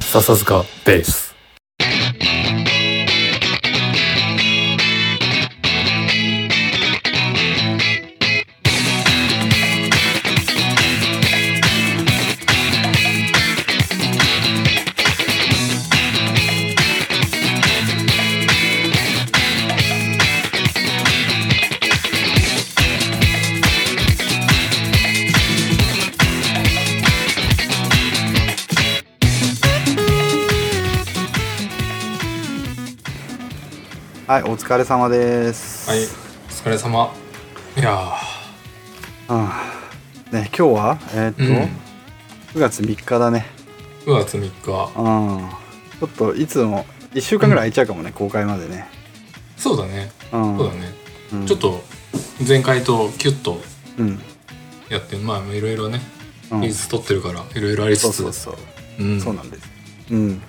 笹塚ベースはい、お疲れ様です。はい、お疲れ様。いやはあね、今日は、えーっと、ー、うん、 9月3日だね。 9月3日。うん。ちょっと、いつも、1週間ぐらい空いちゃうかもね、公開までね。そうだね、うん。そうだね。うんちょっと、前回とキュッとうん。やって、まあ、いろいろね、うん。技術取ってるから、いろいろありそつうつ。そうそう。うんそうなんです。うん。と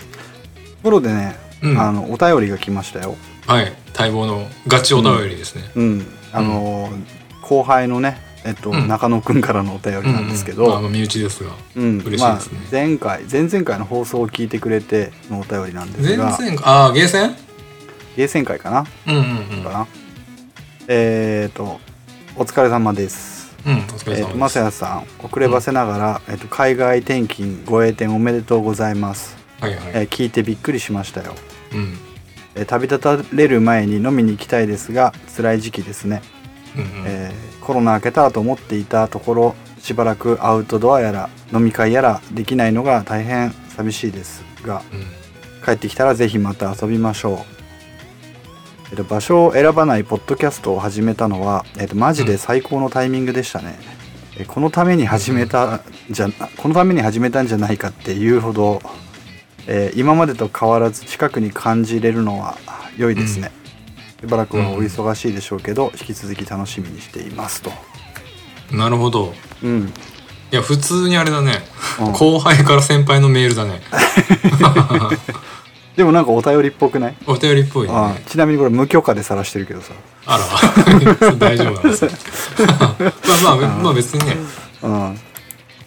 ころでね、うんあの、お便りが来ましたよ。はい、待望のガチお便りですね。うん。あのー、後輩のね、えっと、うん中野くんからのお便うりなんですけど、まあ、まあ身内ですが。うん嬉しいまであすね、前回前々回の放送を聞いてくれてのお便りなんです前が々ああ、ゲーセンゲーセン会かなうんうんうかん。な、えっ、とお疲れ様ですうん、お疲れえー様でとす。まさやさん遅ればせながら、えー、と海外転勤ご栄転おめでとうございます、はいはい。えー聞いてびっくりしましたよ、うん。えー旅立たれる前に飲みに行きたいですが辛い時期ですね、うんうん。えーコロナ明けたらと思っていたところしばらくアウトドアやら飲み会やらできないのが大変寂しいですがうん帰ってきたらぜひまた遊びましょう、えっと、場所を選ばないポッドキャストを始めたのは、えっと、マジで最高のタイミングでしたね、えこのために始めたじゃこのために始めたんじゃないかっていうほど、えー今までと変わらず近くに感じれるのは良いですね、しばらくはお忙しいでしょうけど、引き続き楽しみにしていますとなるほど。うんいや、普通にあれだね。うん後輩から先輩のメールだね。でもなんかお便りっぽくない、お便りっぽいね。あちなみにこれ無許可で晒してるけどさあら、 大丈夫なんですねまあまあ、まあ別にね、うん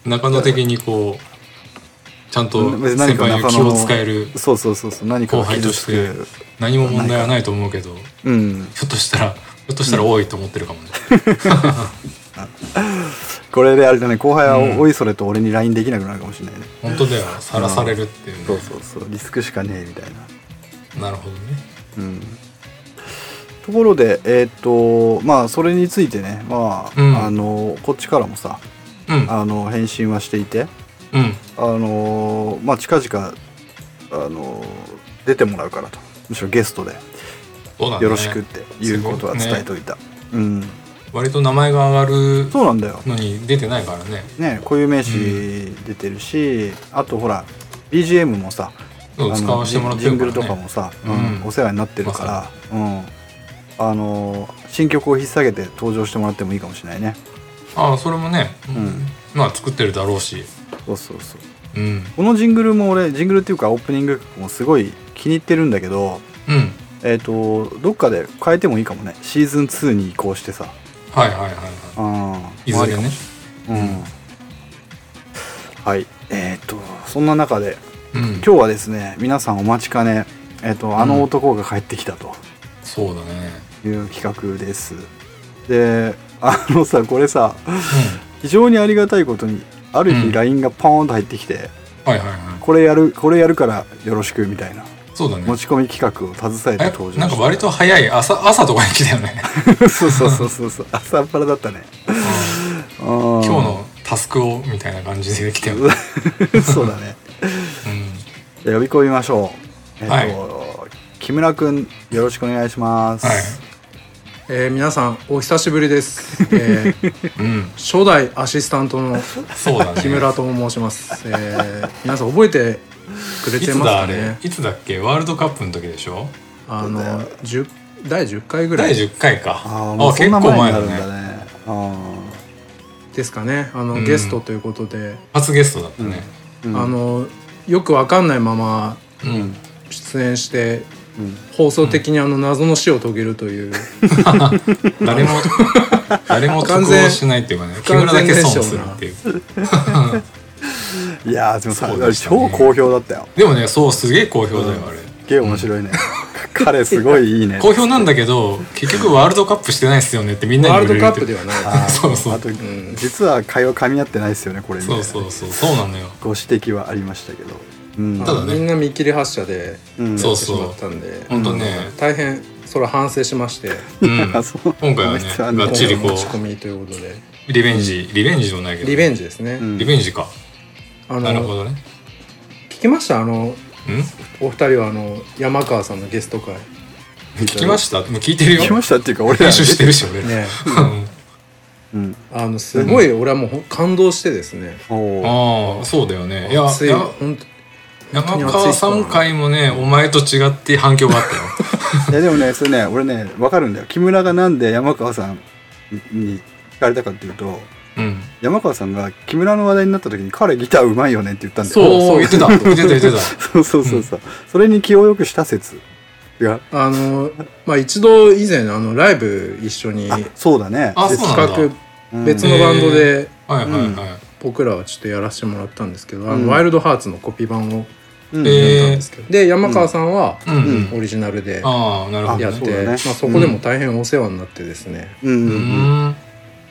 中野的にこう、ちゃんと別に先何か輩に中気野のを使えるそうそうそうそう何か後を輩と傷しつてく、何も問題はないと思うけど、ひうん、ょっとしたら、ひょっとしたら多いと思ってるかもね。これであれだね後輩はうんおいそれと俺に LINE できなくなるかもしれないね、本当だよ、さらされるっていうね。そうそうそうリスクしかねえみたいななるほどね。うんところでえーっ、とまあそれについてねまあ、うんあのこっちからもさうん、あの返信はしていてうん、あのまあ近々あの出てもらうからとむしろゲストでそうだね。よろしくっていうことは伝えといた、うん割と名前が上がるそうなんだよのに出てないからね。ね固有名詞出てるし、あとほら BGM もさそうあ使のわせジてンもらってジンるかグらルとかね。もさ、ううんんお世話になってるから、うん、あのー新曲を引っ提げて登場してもらってもいいかもしれないねああ、それもね、んまあ作ってるだろうし。そうそうそううん。このジングルも俺ジングルっていうかオープニング曲もすごい気に入ってるんだけどうん。えっ、とどっかで変えてもいいかもねシーズン2に移行してさはいはいはいはい。あいずれね。うん、はいえっ、とそんな中でうん。今日はですね皆さんお待ちかね、えっとあの男が帰ってきたとそうだね。いう企画です、であのさこれさ非常にありがたいことにあるう日ん LINE がポーンと入ってきて、うん。はいはいはい。これやるこれやるからよろしくみたいなそうだね持。ち込み企画を携えて登場したえなんか割と早い朝、朝とかに来たよね。 そうそうそうそうそう朝っぱらだったね今今日のタスクをみたいな感じで来たよね。のそうだねうん。じゃあ呼び込みましょうえっ、と、は木村君よろしくお願いします、はい。えー皆さんお久しぶりです、え ーうん。初代アシスタントのそう だね。木村と申します、えー皆さん覚えてくれいてつますだあかれねいつだっけワールドカップの時でしょあの10第10回ぐら第い10回か。ああもうそんな前になるんだ。ねあですかねあの、うんゲストということで、初ゲストだったね。ーうんあのよくわかんないままうん。出演してうん放送的にあの謎の死を遂げる という、誰も、誰も得をしないっていうかね、木村だけ損するっていう。いやーでもさそうでした超ね好評だったよでもねそうすげえ好評だよあれ、すっげえ面白いね、 彼すごいいいね好評なんだけど結局ワールドカップしてないっすよねってみんなにワール言わドれカるップではない。あーそうそうあと、実は会話噛み合ってないですよねこれみたいそなうそうそうそうなのよご指摘はありましたけどうんただねみんな見切り発車でうんそうしまったんで、本当ね大変それは反省しまして、うんあそう今回はね実はねがっちりこ持ち込うみということで、リベンジリベンジじゃないけどリベンジですね。んリベンジかあのなるほどね聞きましたあのうんお二人はあの山川さんのゲスト会。聞きましたもう聞いてるよ聞きましたっていうか俺ら編集してるし俺らね、うんうんあのすごい俺はもうほん感動してですね。おーああそうだよねいや熱いや本当山に熱い川さん回もねお前と違って反響があったよいやでもねそれね俺ね分かるんだよ木村がなんで山川さんにに聞かれたかっていうとうん山川さんが木村の話題になった時に彼ギターうまいよねって言ったんだよそうそう言ってた言ってた言ってたそうそうそうそう、それに気をよくした説があのまあ一度以前あのライブ一緒にあそうだねあでそうなんだ企うん画別のバンドではいはいはい僕らはちょっとやらせてもらったんですけど、あうんのワイルドハーツのコピー版をやっうんえーたんですけど、で山川さんはうんうんオリジナルでああなるほどねやって、あそうだねまあ、そこでも大変お世話になってですね、うんううんうんん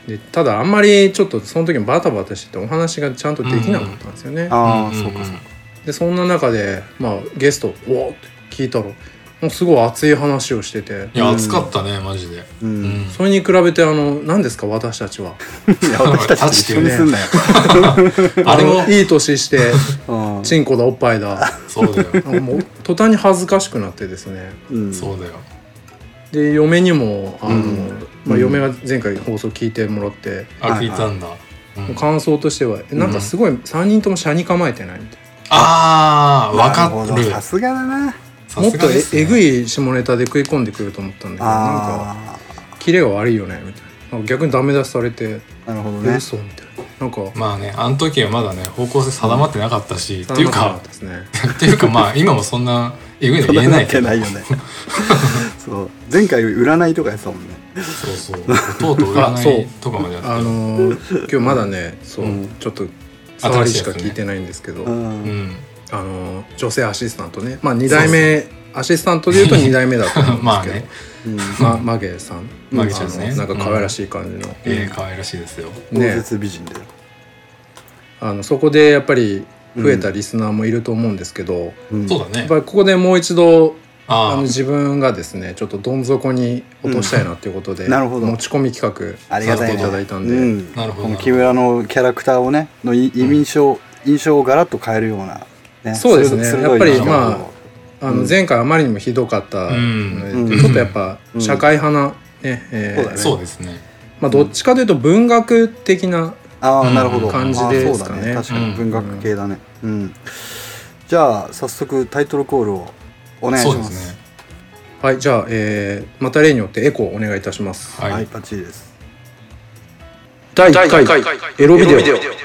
でただあんまりちょっとその時もバタバタしててお話がちゃんとできなかったんですよね、ああ、んんんそうかそうかでそんな中で、まあ、ゲスト「おお!」って聞いたらもうすごい熱い話をしてていや暑かったねマジでうんういんそれに比べてあの何ですか私 たちはや私たちと一緒にすんなよ、あれものいい 年してうんチンコだおっぱいだそうだよなんかもう途端に恥ずかしくなってですねうんそうだよで嫁にもあの、うんうまあ、ん嫁が前回放送聞いてもらって、あ聞いたんだうん感想としてはえなんかすごい3人とも車に構えてないみたいああ分かなるってほどるさすがだなな、もっとええぐいい下ネタで食い込んでくると思ったんだけどなんかあキレが悪いよねみたいななんか逆にダメ出しされてあなるほど「ね嘘」みたいななんかまあねあの時はまだね方向性定まってなかったしっていう頼まなかったですねっていうかまあ今もそんなえぐいの言えない定けまどってないよねそう前回占いとかやってたもんねそうそうとうとう占いとかまでやってあのー今日まだねそう、うんちょっと触りしか聞いてないんですけど、うん、うんあのー女性アシスタントねまあ2代目アシスタントでいうと2代目だと思うんで すまあけどねうんま、マゲさん。マゲちゃんですねあのなんか可愛らしい感じの。ええ可愛らしいですよ豪ね、絶美人だよあのそこでやっぱり増えたリスナーもいると思うんですけど、やうんそうだねっぱりここでもう一度あのあ自分がですねちょっとどん底に落としたいなということで、うんなるほど持ち込み企画ありがさたせいてねいただいたんで、うん、なるほどこの木村のキャラクターをねのい印象、印象をガラッと変えるような、ね、そうですね鋭いやっぱり印象をまああのうん前回あまりにもひどかったので、うんちょっとやっぱうん社会派な、ねえそーうだあねそうですねまあ、どっちかというと文学的なあうあんなるほど、感じああですかそねうだね確かうにん文学系だねうん、じゃあ早速タイトルコールをお願いしそうまですすねはいじゃあ、えーまた例によってエコーお願いいたします。はい、はいバッチリです第1回エロビデオ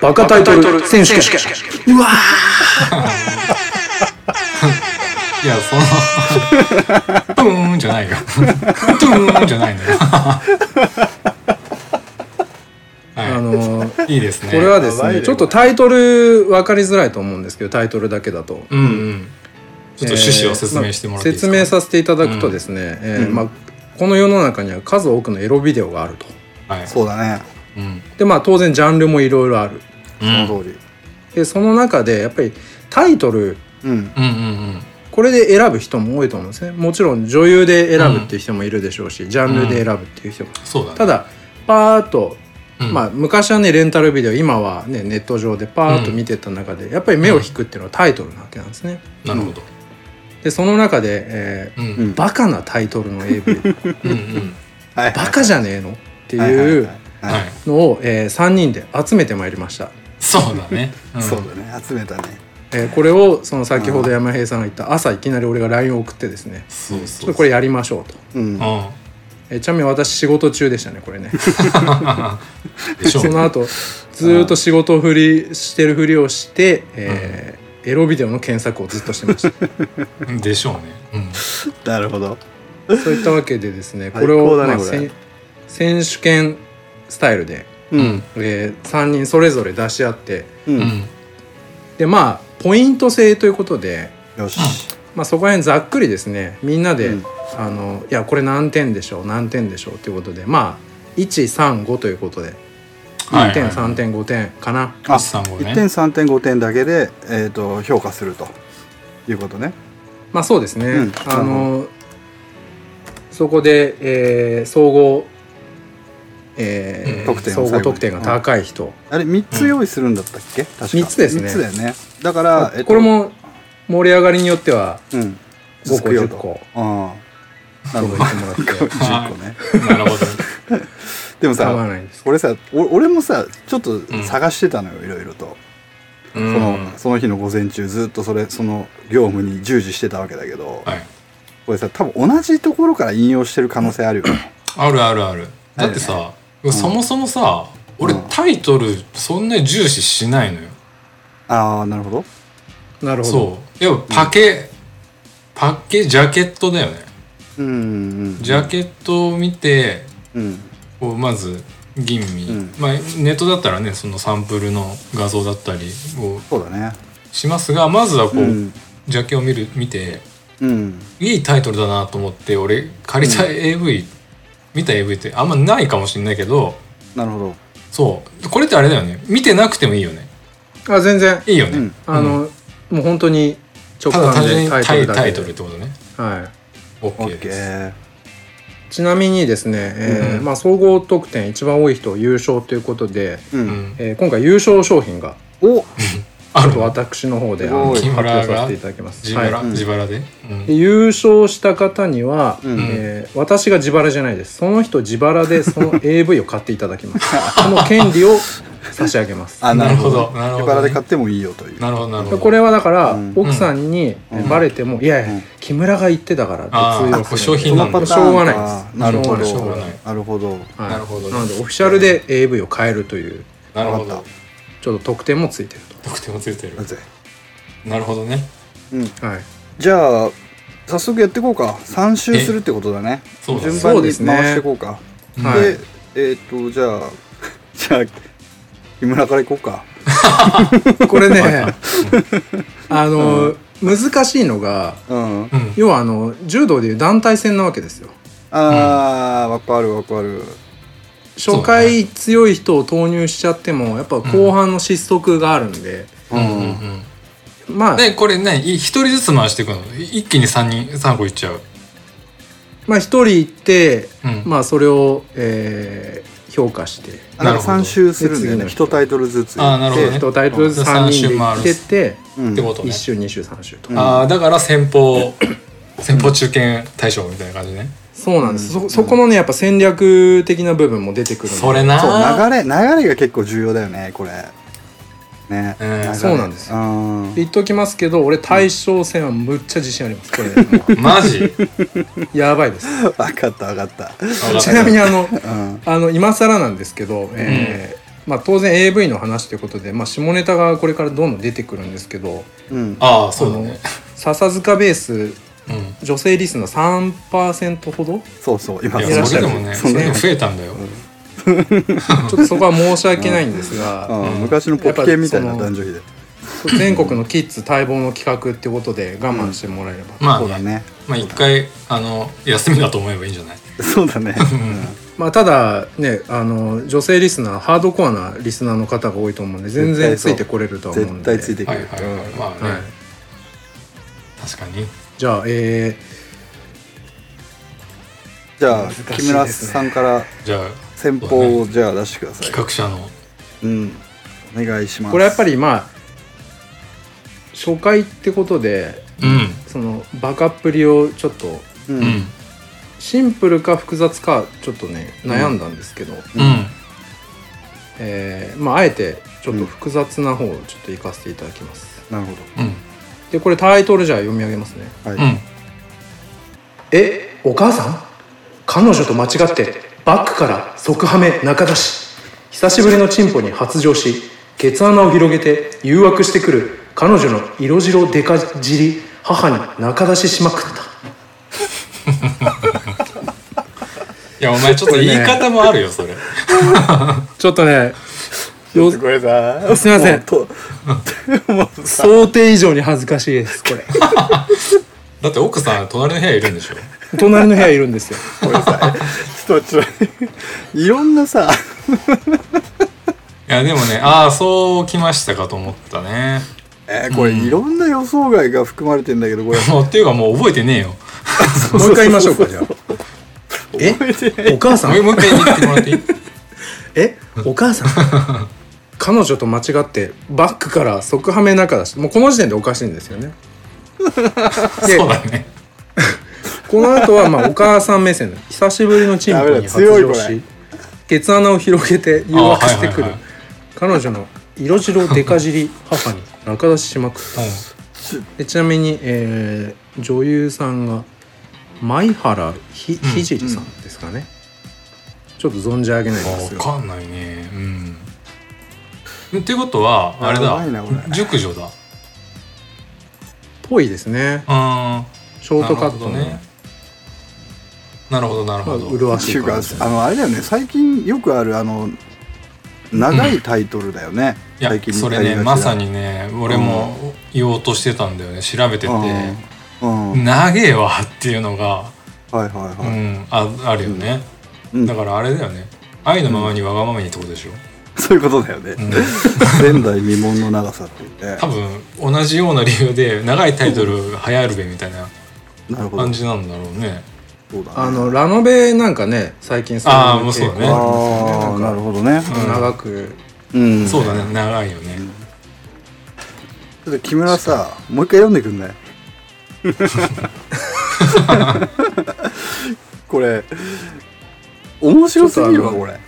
バカタイトル選手権いやそのドゥーンじゃないよドゥーンじゃないんだよあはのーいいいですねこれはですやばいねねちょっとタイトル分かりづらいと思うんですけどタイトルだけだとうんうんちょっと趣旨を説明してもらっていいですか、えーまあ説明させていただくとですねえーうんまあこの世の中には数多くのエロビデオがあるとはいそうだねうんでまあ当然ジャンルもいろいろあるうそんの通りでその中でやっぱりタイトルうんうんうんこれで選ぶ人も多いと思うんですねもちろん女優で選ぶっていう人もいるでしょうしジャンルで選ぶっていう人もそうだねただパーッとうんまあ、昔はねレンタルビデオ今は、ね、ネット上でパーッと見てた中で、やっぱり目を引くっていうのはタイトルなわけなんですね。なるほどでその中で、えうんううんーバカなタイトルの AV んうんはいバカじゃねえのってはいはいいはいうははいいのを、え3人で集めてまいりました。そうだねうんそうだね集めたねえーこれをその先ほど山平さんが言った朝いきなり俺が LINE を送ってですねそうちょそっうとこれやりましょうと、うんうあんえーちなみに私仕事中でしたねこれねでしょ その後ずーっと仕事をふりしてるふりをして、えーエロビデオの検索をずっとしてましたう でしょうねうんなるほどそういったわけでですね、こ最れ高を、だねまあ、これせん選手権スタイルで、うんえ3人それぞれ出し合って、ううんんでまあポイント制ということで、よし。まあ、そこら辺ざっくりですねみんなで、うんあのいやこれ何点でしょう何点でしょうということでまあ135ということではい1点3点5点かなあ、一三五ね1点、3点、5点だけで、えっ、と、評価するということね。まあそうですね、うんあのそこで、えー総合、えー得点を最総後合に得点が高い人、あれ、3つ用意するんだったっけ、確か三つですね3つだよね。だから、えっとこれ、も盛り上がりによってはうん。 5個つくよ10と個ああ。なるそうほど。言ってもらって10個ね。なるほど。でも構わさ、ないです俺さ、お俺もさ、ちょっとん探してたのよ、いろいろと。そその、その日の午前中、ずっとそれ、その業務に従事してたわけだけど、はい。これさ、多分同じところから引用してる可能性あるよね。あるあるある。だってさ、そもそもさ、俺タイトルそんなに重視しないのよ。ああ、なるほど。なるほどそう。やっぱパケ、パケ、ジャケットだよね。うんうんジャケットを見て、うんこうまず吟味、うんまあネットだったらねそのサンプルの画像だったりをそうだねしますがまずはこう、うんジャケを見る見てうんいいタイトルだなと思って俺借りた AV、見た AV ってあんまないかもしれないけどなるほどそうこれってあれだよね見てなくてもいいよねあ全然いいよね、うんあの、もう本当に直ただ単感純でにタタイイトタイルだけトルってこでとねは OK です OK い、ちなみにですね、えーうんまあ、総合得点一番多い人優勝ということで、ううんん、えー今回優勝商品がおあちょるっとの私の方であすのごい発表させていただきます、自腹、はいん自腹で、うんで優勝した方には、うんえー私が自腹じゃないですその人自腹でその AV を買っていただきますその権利を差し上げますあなるほどなるほど自腹で買ってもいいよというなるほどなるほどこれはだから、うん奥さんにうんバレても、いやいや、うん木村が言ってたからあーって通用するんで商品なんだこれしょうがないですなるほどししょょううががないないなるほどはいなるほどなのでオフィシャルで AV を変えるというなるほわかどっちょっと特典もついてる得点もついてるたなぜなるほどねうんとはいじゃあ早速やっていこうか3周するってことだねそうだね順番そにう回ですねしていこうかはいでえっとじゃあ じゃあ木村からいこうかこれね あの、難しいのがうんうん要はあの柔道でいう団体戦なわけですよあーわかるわかる初回強い人を投入しちゃってもやっぱ後半の失速があるんで、ううんうんんまあでこれねい一人ずつ回していくのい一気に三人三個いっちゃうまあ一人行って、うんまあそれを、えー評価してあなんなるかほど3周するんだよねで次1タイトルずつあーなるほどね1タイトルずつ3人で行ってってうんってこと1ね、周2周3周と、うんああだから先方 先方中堅大将みたいな感じねそうなんです、そそこのねやっぱ戦略的な部分も出てくるのでそれなそうー流れ流れが結構重要だよねこれね、うん流れそうなんですようん 言っときますけど俺大将戦はむっちゃ自信ありますこれ、ね、もマジうやばい です分かった分かったちなみにあのうんあの今更なんですけど、えーまあ、当然 AV の話ということで、まあ、下ネタがこれからどんどん出てくるんですけどうんああそうだね笹塚ベースうん女性リスナー3%ほどそうそう今いそいらやっしそゃれるでもねそそんれなでも増えたんだよ、ちょっとそこは申し訳ないんですが、うん昔のポッケみたいやなっぱそ男女の比で全国のキッズ待望の企画ってことで我慢してもらえれば、まあそねうだねまあ一回あの休みだと思えばいいんじゃないそうだねまあ、ただねあの女性リスナーハードコアなリスナーの方が多いと思うんで全絶然対つそういてこれるとは思うん 絶で対ついてくはいる、はいはいまあね、はい、確かにじゃあえじゃあ、難しいですね木村さんからじゃあ先そうだ方ねをじゃあ出してください企画者のうんお願いしまーすこれやっぱりまあ初回ってことでうんそのバカっぷりをちょっとうんうんシンプルか複雑かちょっとね悩んだんですけど、うん、えーまああえてちょっと複雑な方をちょっと行かせていただきます、なるほうんでこれタイトルじゃあ読み上げますねどはい、うんえお母さん彼女と間違ってバックから即ハメ中出し久しぶりのチンポに発情しケツ穴を広げて誘惑してくる彼女の色白デカ尻母に中出ししまくったいやお前ちょっと言い方もあるよそれちょっとねよごめんなさいすいませんもうともうさ想定以上に恥ずかしいですこれだって奥さん隣の部屋いるんでしょ隣の部屋いるんですよごめんなさいちょっとちょっといろんなさいやでもねああそうきましたかと思ったねえーこれいろんな予想外が含まれてんだけどこ れもうっていうかもう覚えてねえよ もう一回言いましょうか じゃあ覚えてえお母さもうんもう一回言ってもらって いいえお母さん 彼女と間違ってバックから即ハメ中だしもうこの時点でおかしいんですよねでそうだねこの後はまあお母さん目線で久しぶりのチンポに発ダメだ強い情これしケツ穴を広げて誘惑してあくはいはいるはい彼女の色白デカ尻母に仲出ししまくったでちなみに、えー女優さんが前原ひんひじりさんですかね、ちょっと存じ上げないんでうすん、よわかんないねうんっていうことはあれやだばいなこれ熟女だぽいですねあショートカットのねねなるほどなるまあ、ほど、麗っていしいうか感じあのあれだよね最近よくあるあの長いタイトルだよね、いや最近それねまさにね俺も言おうとしてたんだよね調べててうん、 「うん、はい長えわ」っていうのが、はいうんはああるよね、い、うんだからあれだよね愛のままにわがままにってことでしょ、そういうことだよね、うん前代未聞の長さって言 って多分同じような理由で長いタイトル流行るべみたいななるほど感じなんだろうねそうだねあのラノベなんかね最近そあーもうそうだね傾向あありますよねーななんるかほどね、どうん長くうん、そうだね長いよね、ちょっと木村さもう一回読んでくんないこれ面白すぎるわちょこっとれ、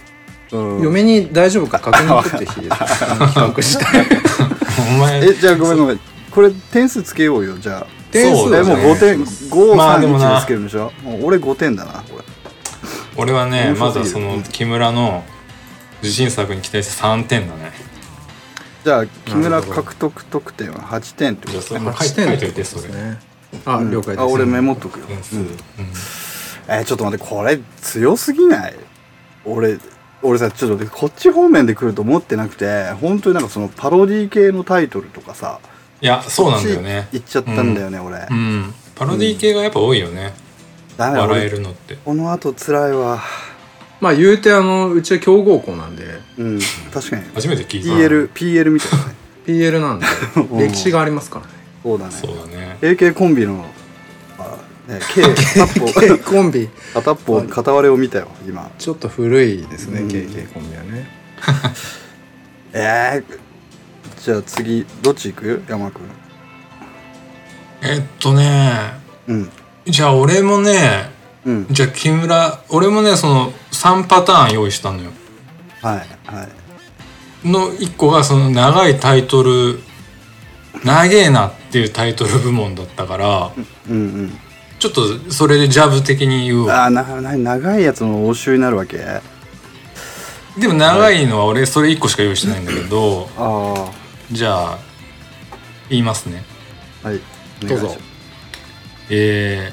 うん、嫁に大丈夫か確認取って きて企画してお前えじゃあごめんごめんこれ点数つけようよじゃあ点そ数うだえねもう5点まあでも531なでつけるんでしょ、もう俺5点だなこれ俺はねま面白だすそぎるの木村の自信作に期待して3点だねじゃあ木な村るほど獲得得点は8点ってこじゃあとそれも書い8書い点といてでそすれねあ了解ですあ俺メモっとくよ、点数、ううんんえーちょっと待ってこれ強すぎない俺俺さちょっと待ってこっち方面で来ると思ってなくて本当になんかそのパロディ系のタイトルとかさいやそうなんだよね行っちゃったんだよね、俺うんパロディ系がやっぱ多いよね、ダメだ笑え俺るのってこの後辛いわまあ言うてあのうちは強豪校なんでうん確かに初めて聞いた PLPL みたいなね PL な んでうん歴史がありますからね そうだねそうだね AK コンビのあね K 片っぽ K コンビ 片っぽ片割れを見たよ今ちょっと古いですねうん KK コンビはねえー、じゃあ次どっち行く山君えっとねうんじゃあ俺もねうんじゃあ木村俺もねその3パターン用意したのよはいはいの1個がその長いタイトル「長えな」っていうタイトル部門だったからうんうんちょっとそれでジャブ的に言うわあーなな長いやつの応酬になるわけあでも長いのは俺それ1個しか用意してないんだけどあはじゃあ言いますねいどうぞえ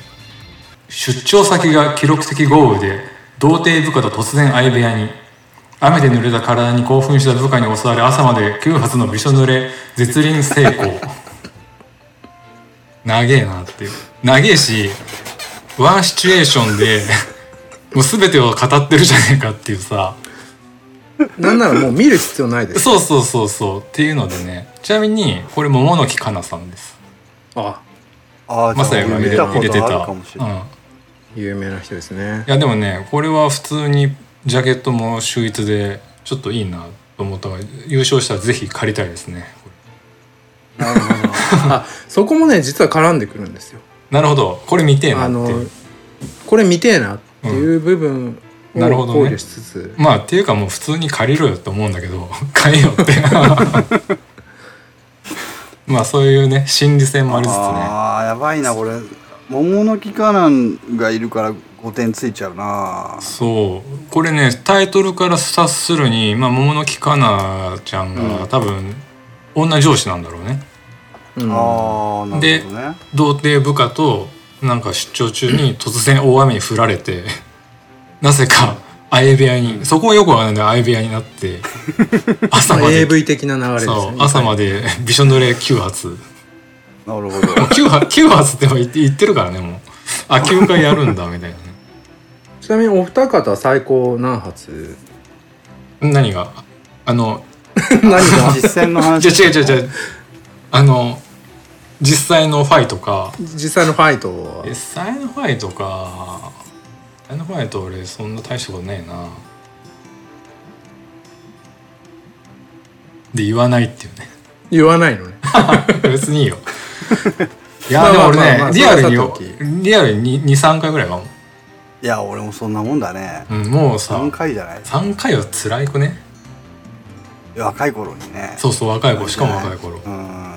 ー出張先が記録的豪雨で童貞部下と突然相部屋に雨で濡れた体に興奮した部下に襲われ朝まで9発のびしょ濡れ絶倫成功 長えなっていう長えしワンシチュエーションでもう全てを語ってるじゃねえかっていうさなんならもう見る必要ないですそうそうそうそうっていうのでねちなみにこれ桃の木かなさんですあああまさやが入れ入れてた、かもしれない、うん有名な人ですねいやでもねこれは普通にジャケットも秀逸でちょっといいなと思ったから優勝したらぜひ借りたいですねなるほど あそこもね実は絡んでくるんですよなるほどこれ見てえなあってのこれ見てえなっていう部分うんなるほをど考ね慮しつつまあっていうかもう普通に借りろよって思うんだけど 買えよって まあそういうね心理戦もありつつねああやばいなこれ桃の木かなんがいるから5点ついちゃうなそうこれねタイトルから察するに、まあ、桃の木かなちゃんが多分女上司なんだろうねうんああなるほどね童貞部下 となんか出張中に突然大雨に降られてなぜか相部屋にそこはよくわかんないんだよ相部屋になって朝まで AV 的な流れですそねう朝までびしょ濡れ9発もうなるほど。 9発 ,9 発って言って言ってるからねもうあ9回やるんだみたいなね ちなみにお二方最高何発何があの何が実践の話。じゃ 違う違う違うあの実際のファイとか実際のファイトは実際のファイとか実際のファイと俺そんな大したことないなで言わないっていうね 言わないのね別にいい よいまやあでも俺まあまあまあねリアルにそれはさておリアルに23回ぐらいかも、いや、俺もそんなもんだね。うん、もうさ3回じゃない3回は辛いくね若い頃にね。そうそう若い子しかも若い頃うん。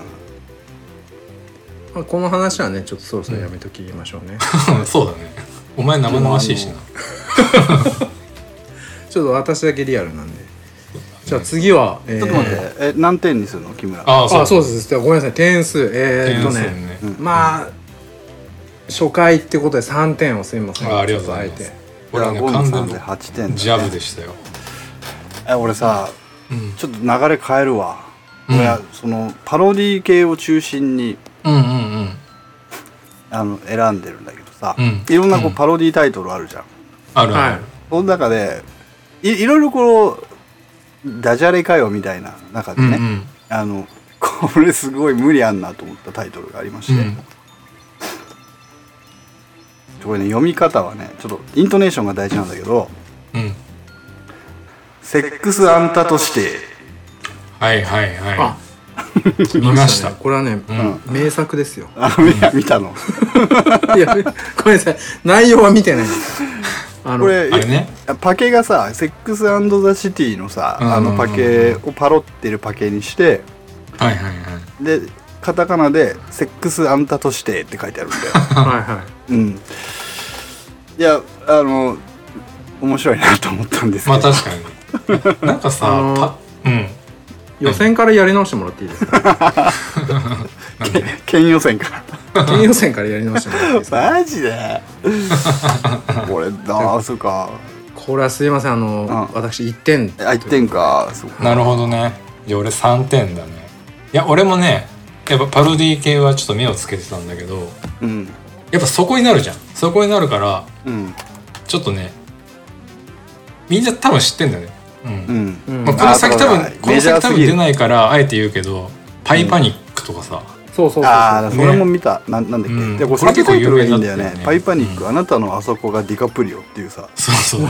まあこの話はねちょっとそろそろやめときましょ うね、そうだねお前生々しいしなちょっと私だけリアルなんでじゃあ次はえーちょっと待って、え、何点にするの木村。ああそうあそうですじゃあごめんなさい点数えー、っと点数ねねまあ初回ってことで3点をすみませんあありがとうございまちょっすとあ俺はねゴ完ンさ全んで8点だね、ジャブでしたよえ俺さ、うんちょっと流れ変えるわ、うん俺はそのパロディ系を中心にうんうんうんあの選んでるんだけどさ、うんいろんなこううんパロディタイトルあるじゃん、あるある、はいその中でいいろいろこうダジャレかよみたいな中でうんね、うんあの これすごい無理あんなと思ったタイトルがありまして、うんこれね読み方はねちょっとイントネーションが大事なんだけどうん「セックスあんたとしてはいはいはあい。見ましたね。これはね、ん名作ですよ」 あのいや見たのいやごめんなさい内容は見てないですあのこれあれね。パケがさ「セックスザ・シティ」のさ、うんうんうんうんあのパケをパロってるパケにしてはいはいはい。でカタカナで「セックスあんたとして」って書いてあ るんだよ、はいはいうん、いやあの面白いなと思ったんですけまど、あ確か に。なんかさ、あのーパうん。予選からやり直してもらっていいで すかなんで県予選から県予選からやり直してもらっていいですかマジ でこれああそうかこれはすいませんあの、ん私1点あ1点かそうかなるほどね。いや俺3点だね。いや俺もね、やっぱパロディ系はちょっと目をつけてたんだけど、うんやっぱそこになるじゃん。そこになるから、うんちょっとね、みんな多分知ってんだよね。う。うんんうんまあ、この先多あそう分だ、このメジャー先す多ぎ分る出ないから、あえて言うけど、パイパニックとかさ、そうそうそうそうああ、そねれも見た。なんなんだっけ。うんで、これこれ先結構タイトルがいいんだよ有名だったよねね。パイパニック、あなたのあそこがディカプリオっていうさ。そ うそう。い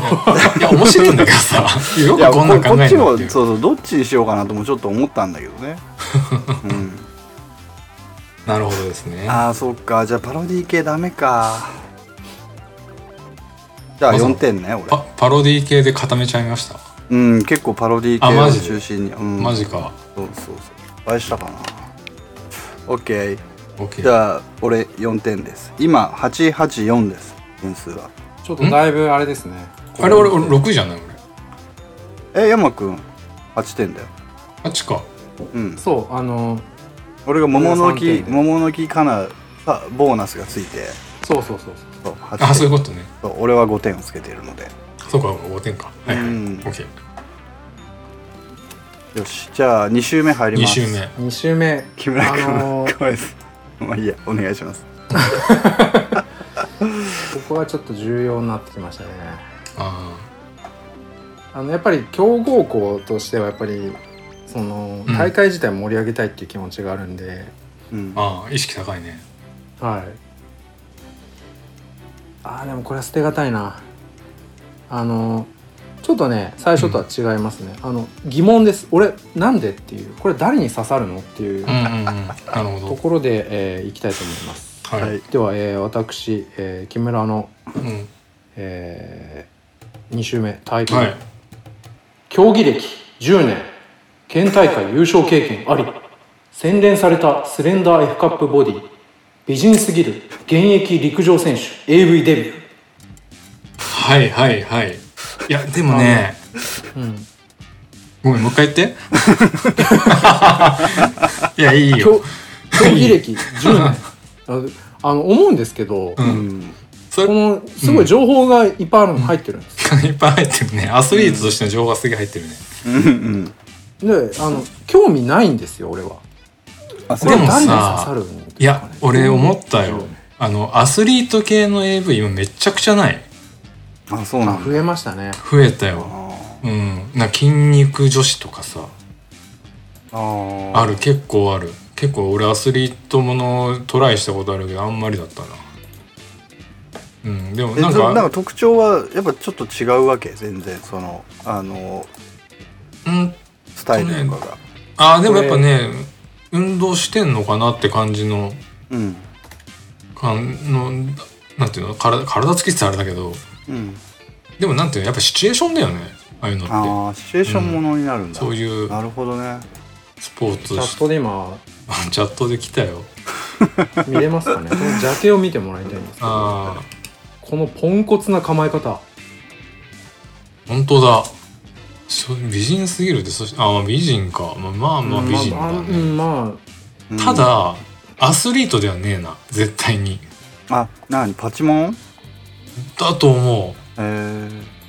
や、面白いんだけどさ、よいや、くここんなん考こっえちるなも、ってそいうう。そう、どっちにしようかなともちょっと思ったんだけどね。うん、なるほどですね。ああ、そっか。じゃあ、パロディ系ダメか。じゃあ、あそう4点ね、パ俺。パロディ系で固めちゃいました、うん、結構パロディ系あマをジで中心に。うん、マジかそうそうそう。あれしたかな。オッケー。 OK じゃあ、俺4点です。今、884です。点数は。ちょっとだいぶあれですねあれ俺俺6じゃないえ、山くん、8点だよ。俺8かうん。そうあの俺が桃の木これが三点で桃の木かなさボーナスがついてそうそうそうそうそう8点あそういうことねそう俺は5点をつけているのでそうか5点かはいはいうん OK2 よしじゃあ2周目入ります周目2周目木村君、あのーごめんなさいまあいいやお願いしますここはちょっと重要になってきましたねああのやっぱり強豪校としてはやっぱりそのうん大会自体盛り上げたいっていう気持ちがあるんで、うんーあー意識高いねはいあーでもこれは捨てがたいなあのちょっとね最初とは違いますね、あの疑問です俺なんでっていうこれ誰に刺さるのっていううんうんうんなるとほころで、えーいきたいと思いますどははいいでは、えー私、えー木村の、うんえ2週目大会、はい競技歴10年県大会優勝経験あり洗練されたスレンダー F カップボディ美人すぎる現役陸上選手 AV デビューはいはいはいいやでもねうん、ごめんもう一回言っ ていやいい競よ競技歴10年あのあの思うんですけど、ううんんそこれのすごい情報がいっぱいあるの入ってるんです、いっぱい入ってるねアスリートとしての情報がすげえ入ってるね、うんであの興味ないんですよ俺はあそこれうでもさ誰に刺さるんですかねいや俺思ったよあのアスリート系の AV 今めちゃくちゃないあそうなあんだ増えましたね増えたよあうんなんか筋肉女子とかさーある結構ある結構俺アスリートものトライしたことあるけどあんまりだったなうんでもえなんそかれなんか特徴はやっぱちょっと違うわけ全然そのあのうんスタイルとかが、あーでもやっぱね運動してんのかなって感じのうんかんのなんていうの体体つきって言ったらあれだけどうんでもなんていうのやっぱシチュエーションだよねああいうのっああシチュエーションものになるんてだ、そういうなるほどねスポーツチャットで今 チャットで来たよ見れますか ねこのジャケを見てもらいたいんですけどああこのポンコツな構え方本当だそ美人すぎるってそしあまあ美人かまあまあまあ美人まあだうねんまうんただアスリートではねえな絶対にあなにパチモンだと思え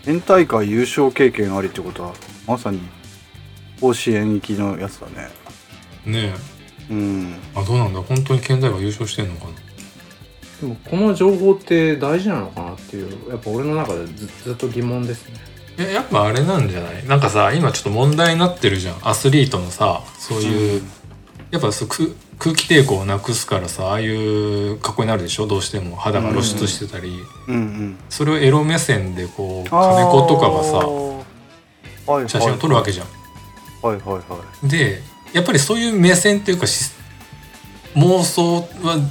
ー、県大会優勝経験ありってことはまさに甲子園行きのやつだねうねうんえあどうなんだ本当に県大会優勝してんのかなあでもこの情報って大事なのかなっていうやっぱ俺の中でずずっと疑問ですねえやっぱあれなんじゃないなんかさ今ちょっと問題になってるじゃんアスリートのさそういう、やっぱそう空空気抵抗をなくすからさああいう格好になるでしょどうしても肌が露出してたり、うんうんそれをエロ目線でこうあー金子とかがさはいはい写真を撮るわけじゃん。はいはいはいでやっぱりそういう目線というかし妄想は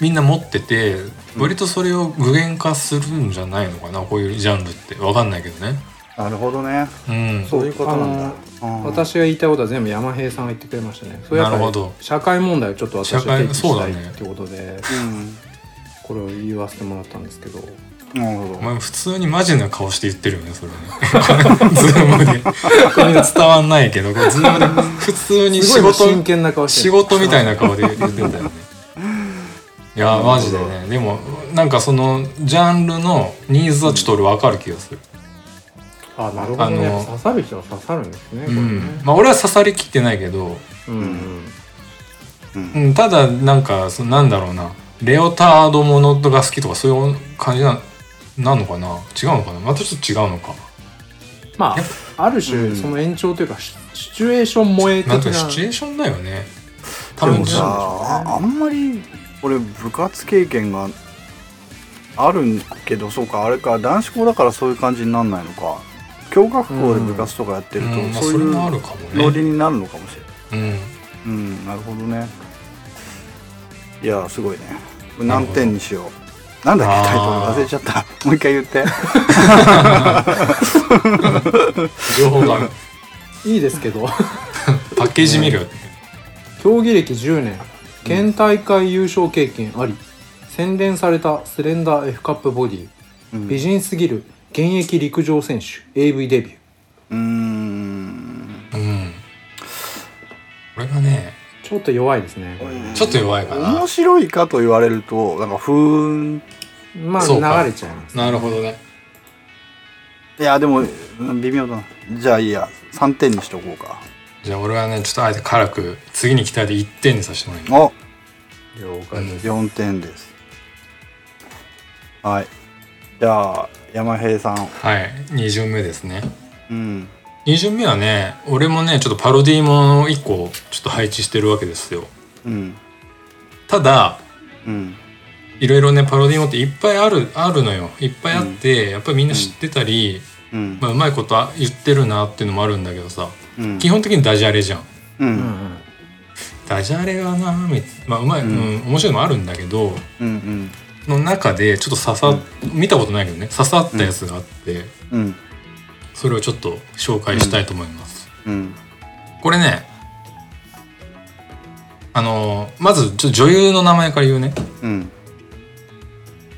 みんな持っててうん割とそれを具現化するんじゃないのかなこういうジャンルってわかんないけどね。なるほどねうん、そういうことなんだうん私が言いたいことは全部山平さんが言ってくれましたねそれやっぱりなるほど社会問題をちょっと私は社会提起したいそうだねってことで、うんこれを言わせてもらったんですけどなるほおど前普通にマジな顔して言ってるよねそれね ズームでこれ伝わんないけどこれズームで普通に仕すごい事真剣な顔して仕る事みたいな顔で 言ってたよねいやマジでねでもなんかそのジャンルのニーズはちょっと俺分かる気がする、あなるほどねあのやっぱ刺さる人は刺さるんですね、うこれんねまあ、俺は刺さりきってないけど、うんうんうん、ただなんかそのなんだろうなレオタードものが好きとかそういう感じななのかな違うのかなまたちょっと違うのかまやっあある種、うんその延長というかシシチュエーション萌え的ななんかシチュエーションだよね多で分もねさああんまり俺部活経験があるんけどそうかあれか男子校だからそういう感じになんないのか共学校で部活とかやってると、うんまあそうそれいうもあるかもねノリになるのかもしれないうんうんなるほどねいやすごいねこれ何点にしようなんだっけタイトル忘れちゃったもう一回言って情報 がいいですけど パッケージ見る、競技歴10年県大会優勝経験あり洗練されたスレンダー F カップボディうん美人すぎる現役陸上選手 AV デビューうーんうんこれがねちょっと弱いですねこれちょっと弱いかな面白いかと言われるとなんかふーんまそうかあ流れちゃいますなるほどねいやでもうん微妙だなじゃあいいや3点にしとこうかじゃあ俺はねちょっとあえて辛く次に期待で1点にさせてもらいますお了解です4点ですはいじゃあ山平さんはい2巡目ですねうん2巡目はね俺もねちょっとパロディーものを1個ちょっと配置してるわけですようんただうんいろいろねパロディーものっていっぱいあるあるのよいっぱいあって、やっぱりみんな知ってたり、うんまあ、うまいことあ言ってるなっていうのもあるんだけどさうん基本的にダジャレじゃんううんうんんダジャレはなみまあうまい、うん面白いのもあるんだけどうんの中でちょっと刺さ、見たことないけどね刺さったやつがあって、うんそれをちょっと紹介したいと思います、うんこれねあのーまずちょっと女優の名前から言うね、うん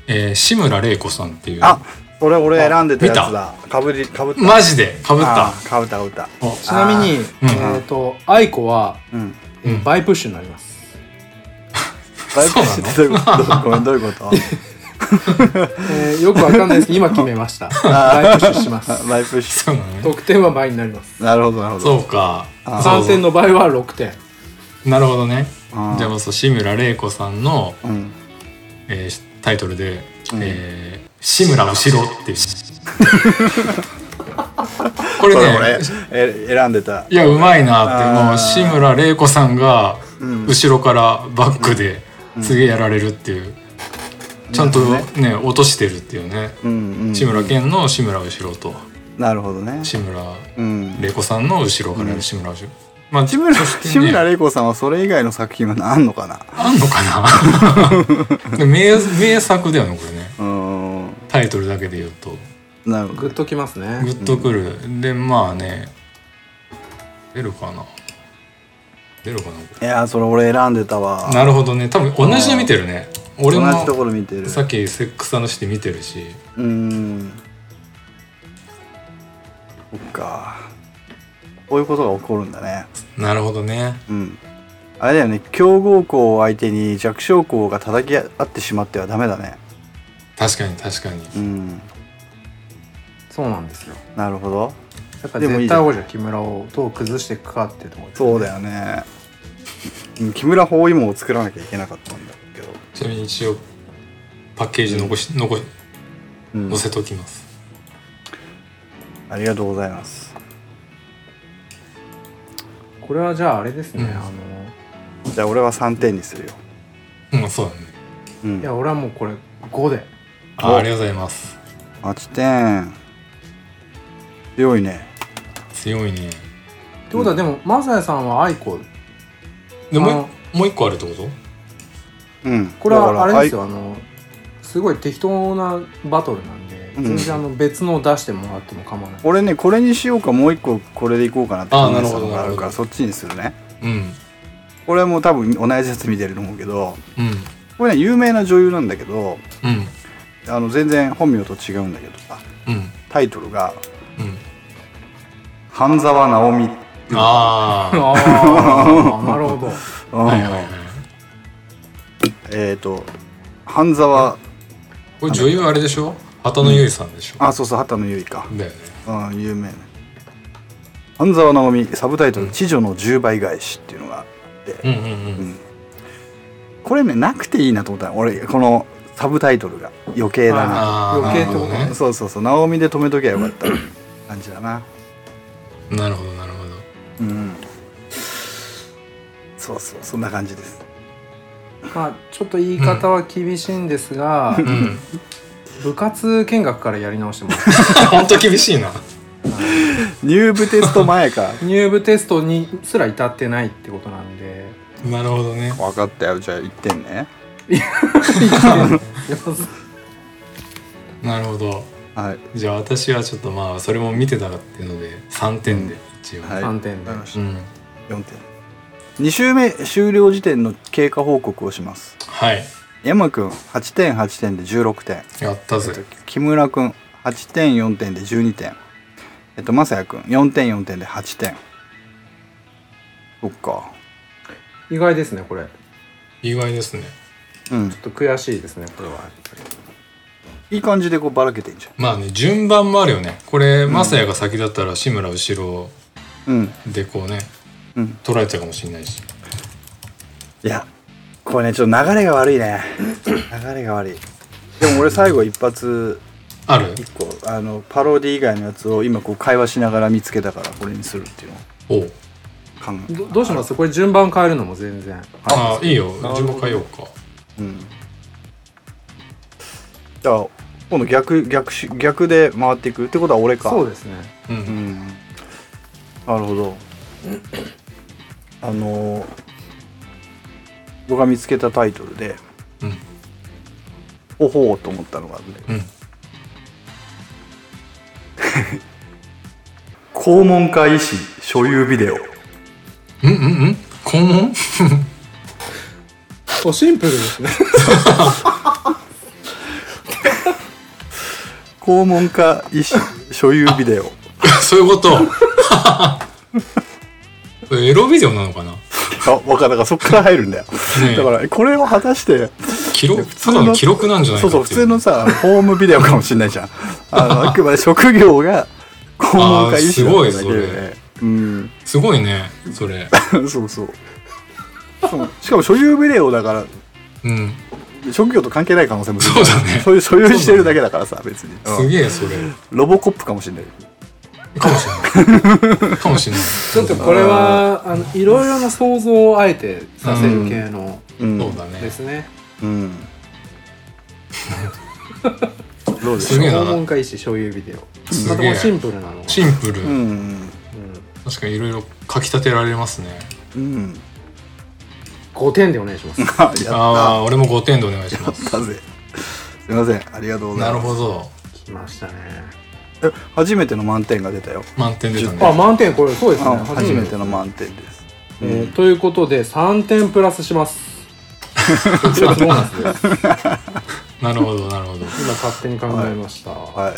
えー志村玲子さんっていうあそれ俺選んでたやつだかぶりかぶったマジでかぶったあーかぶったかぶったおちなみに、うんえっ、と、愛子は、うんえーうんバイプッシュになります。 バイパスってどういうことごめんどういうことえーよくわかんないですけど今決めました大プッシュしますあバイプッシそうなのね得点は倍になりますュ。なるほど、なるほど。そうかあー3点の場合は6点なるほどねあーじゃあそう志村玲子さんの、うん。えータイトルで、えー志村後ろ」っ ていうこれこねれ俺、え選んでた。いやうまいなってあーもう志村玲子さんがん後ろからバックですげえやられるっていう、ちゃんとなるね落としてるっていうね、うんうん。志村けんの志村後ろとなるほどね。志村うん。玲子さんの後ろからやる志村後ろ、まあ志村、そしてね志村玲子さんはそれ以外の作品はあんのかなあんのか なで名名作だよねこれねうーん。タイトルだけで言うとなるほグどッ。ときまグすねッとくる、でまあね出るかな出るかないやー、それ俺選んでたわ。なるほどね多分同じの見てるね俺も同じところ見てる。さっきセックスのして見てるしうーん。そっか。こういうことが起こるんだね。なるほどねうん。あれだよね、強豪校を相手に弱小校が叩き合ってしまってはダメだね。確かに確かにうん。そうなんですよなるほど。だから絶対王者木村をどう崩していくかっていうところそうだよね。木村包囲網を作らなきゃいけなかったんだけど。ちなみに一応パッケージ残し、残しうん載。せときます、ありがとうございます。これはじゃああれですね、うんあのじゃあ俺は3点にするよ。うんそうだねういん。や俺はもうこれ5であありがとうございます8点。強いね。強いねってことはでも雅也さんはアイコであものうもう一個あるってことうん。これだからはあれですよあのすごい適当なバトルなんでうん全然あの別のを出してもらっても構わ ない、俺ねこれにしようかもう一個これでいこうかなってあー考えてたなるのほどがあるなかるらそっちにするねうんこれはもう多分同じやつ見てると思うけどうんこれね有名な女優なんだけどうんあの全然本名と違うんだけどさうんタイトルがうん「半沢直美」ああああなるほ どうんはいはいはいえっ、ー、と半沢これ女優あれでしょ畑野由衣さんでしょ、あそうそう畑野由衣かだよねうん有名ね半沢直美サブタイトル「知女の10倍返し」っていうのがあってうんうんうん、これねなくていいなと思ったの俺このサブタイトルが余計だなああ余計ってことなねるほそうそうそう、ナオミで止めときゃよか った感じだな。どなるほどなるほどうん。そうそう、そんな感じです。まあちょっと言い方は厳しいんですが、うん 部活見学からやり直してもらって本当厳しいな入部テスト前か。 入部テストにすら至ってないってことなん でなるほどね 分かったよ、じゃあ1点ね。なるほどはい。じゃあ私はちょっとまあそれも見てたっていうので3点で一応、はい3点で、わかりましうたん4点。2周目終了時点の経過報告をします。はい山くん、8点8点で16点。やったぜ木村くん、8点4点で12点。えっと、まさやくん、4点4点で8点。そっか。意外ですねこれちょ意外ですねうん。っと悔しいですねこれはやっぱりいい感じでこうばらけてんじまあね順番もあるよねこれマサヤが先だったら志村後ろゃん。うん。でこうねうん。捉えてたかもしれないしいやこれねちょっと流れが悪い ね流れが悪いでも俺最後一発ある一個あのパロディ以外のやつを今こう会話しながら見つけたからこれにするっていうのをおう考えどどうしますこれ順番変えるのも全然ああいいよなるほど順番変えようかうんじゃあ今度逆逆し逆で回っていくってことは俺かそうですねうん、うんなるほどあの僕が見つけたタイトルでうん「ほほう」と思ったのがあるんでうん 肛門科医師所有ビデオうんうんうん肛門 おシンプルですね肛門科医師所有ビデオそういうこと これエロビデオなのかなあ分かんないだからそっから入るんだよ、えだからこれを果たして記録普ただの記録なんじゃないかそうっていそう普通のさホームビデオかもしれないじゃんあのあくまで職業が肛門科医師だっただけでねうんすごいねそれそうそうそうしかも所有ビデオだからうん職業と関係ない可能性も全然そうだねそういう所有してるだけだからさ別に、うんすげえそ れロボコップかもしれないかもしれないかもしれない ちょっとこれはあのいろいろな想像をあえてさせる系のうんそうだねですね、うんどうでしすげょえうな訪問開始所有ビデオすまたこげえのシンプルなのがシンプル、うん確かにいろいろ書き立てられますねうん5点でお願いします あやったああー俺も5点でお願いしますだぜすいませんありがとう ござないるますほどきましたねえ初めての満点が出たよ、満点出たねあ満点これそうですねあ初めての満点です、えーということで3点プラスします 特別ボーナスです今なるほどなるほど勝手に考えました、はい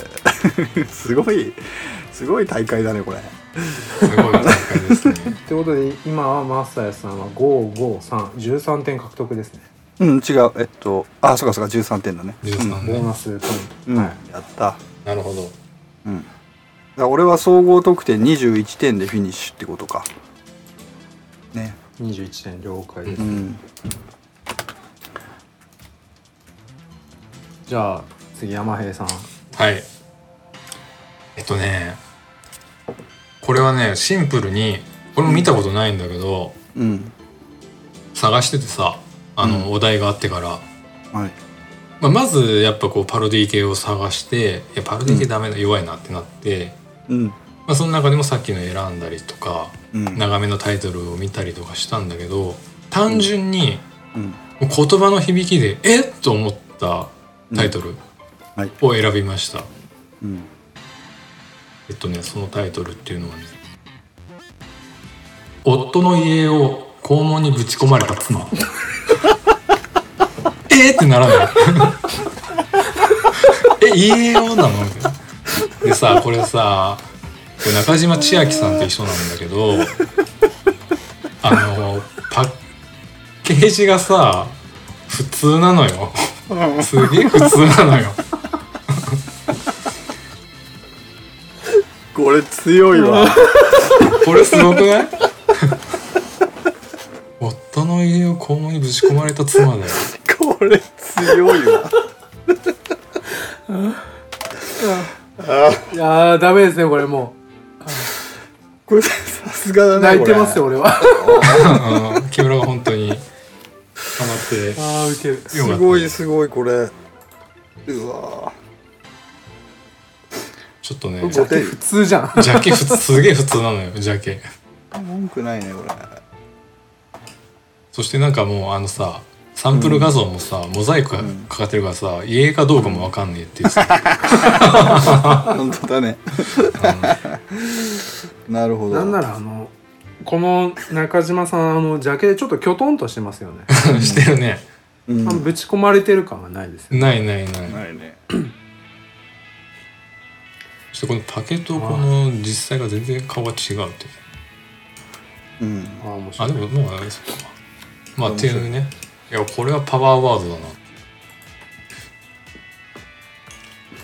すごい すごい大会だねこれすごい大会 ですねということで今はマサヤさんは5513点獲得ですねうん違うえっとあそうかそうか13点だね13ボーねナスポインうん、やったなるほどうんだから俺は総合得点21点でフィニッシュってことかねト21点了解です、うんじゃあ次山平さんはいえっとねこれはねシンプルにこれも見たことないんだけど、うん探しててさあの、うんお題があってから、はいまあ、まずやっぱこうパロディ系を探していやパロディ系ダメだ、弱いなってなって、うんまあ、その中でもさっきの選んだりとかうん長めのタイトルを見たりとかしたんだけど単純にうんもう言葉の響きでえっと思ったタイトルはいを選びました、うんえっとねそのタイトルっていうのはね「夫の家を肛門にぶち込まれた妻」 えーってならない え家をなのみたいなでさこれさこれ中島千秋さんって人なんだけどあのパッケージがさ普通なのよすげえ普通なのよこれ強いわこれすごくない夫の家を肛門にぶち込まれた妻だよこれ 強いわいやーダメですねこれもこれさすがだうね泣いてますよ俺はうん木村が本当にハマってよあーウケるこれすかごったいすごいこれうわちょっとねジャケ普通じゃんジャケ普通すげえ普通なのよジャケー文句ないねこれそしてなんかもうあのさサンプル画像もさ、モザイクがかかってるからさ、家かどうかもわかんねえっていうさ、本当だねなるほどなんならあのこの中島さんあのジャケちょっときょとんとしてますよね、してるねうんあのぶち込まれてる感がないですよないないない、ないねそしてこの竹とこの実際が全然顔が違うっていううんあー面白あいでももうあれですかまあっていうねいやこれはパワーワードだな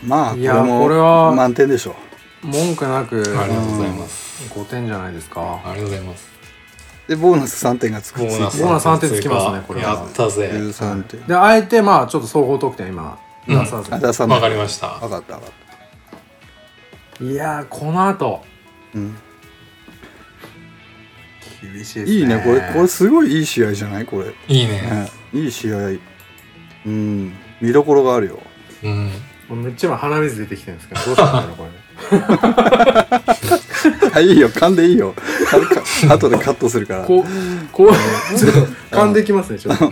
まあこいれやもこれは満点でしょ文句なくありがとうございます。 5点じゃないですかありがとうございます。でボーナス3点がつくボーナついスボーナス3点つきますねこれはやったてぜ。 13点であえてまあちょっと総合得点今出さず、あ出さないわかりましたわ。かったわかっいやーこの後た、うん、厳しいですねいいねこれこれすごいいい試合じゃないこれ、ね、いいね。いい試合うん見どころがあるよ うん。もうめっちゃ今鼻水出てきてるんですけどどうしたんだろう これあいいよ噛んでいいよかか後でカットするからこうこう ちょっと噛んできますね ちょっとうん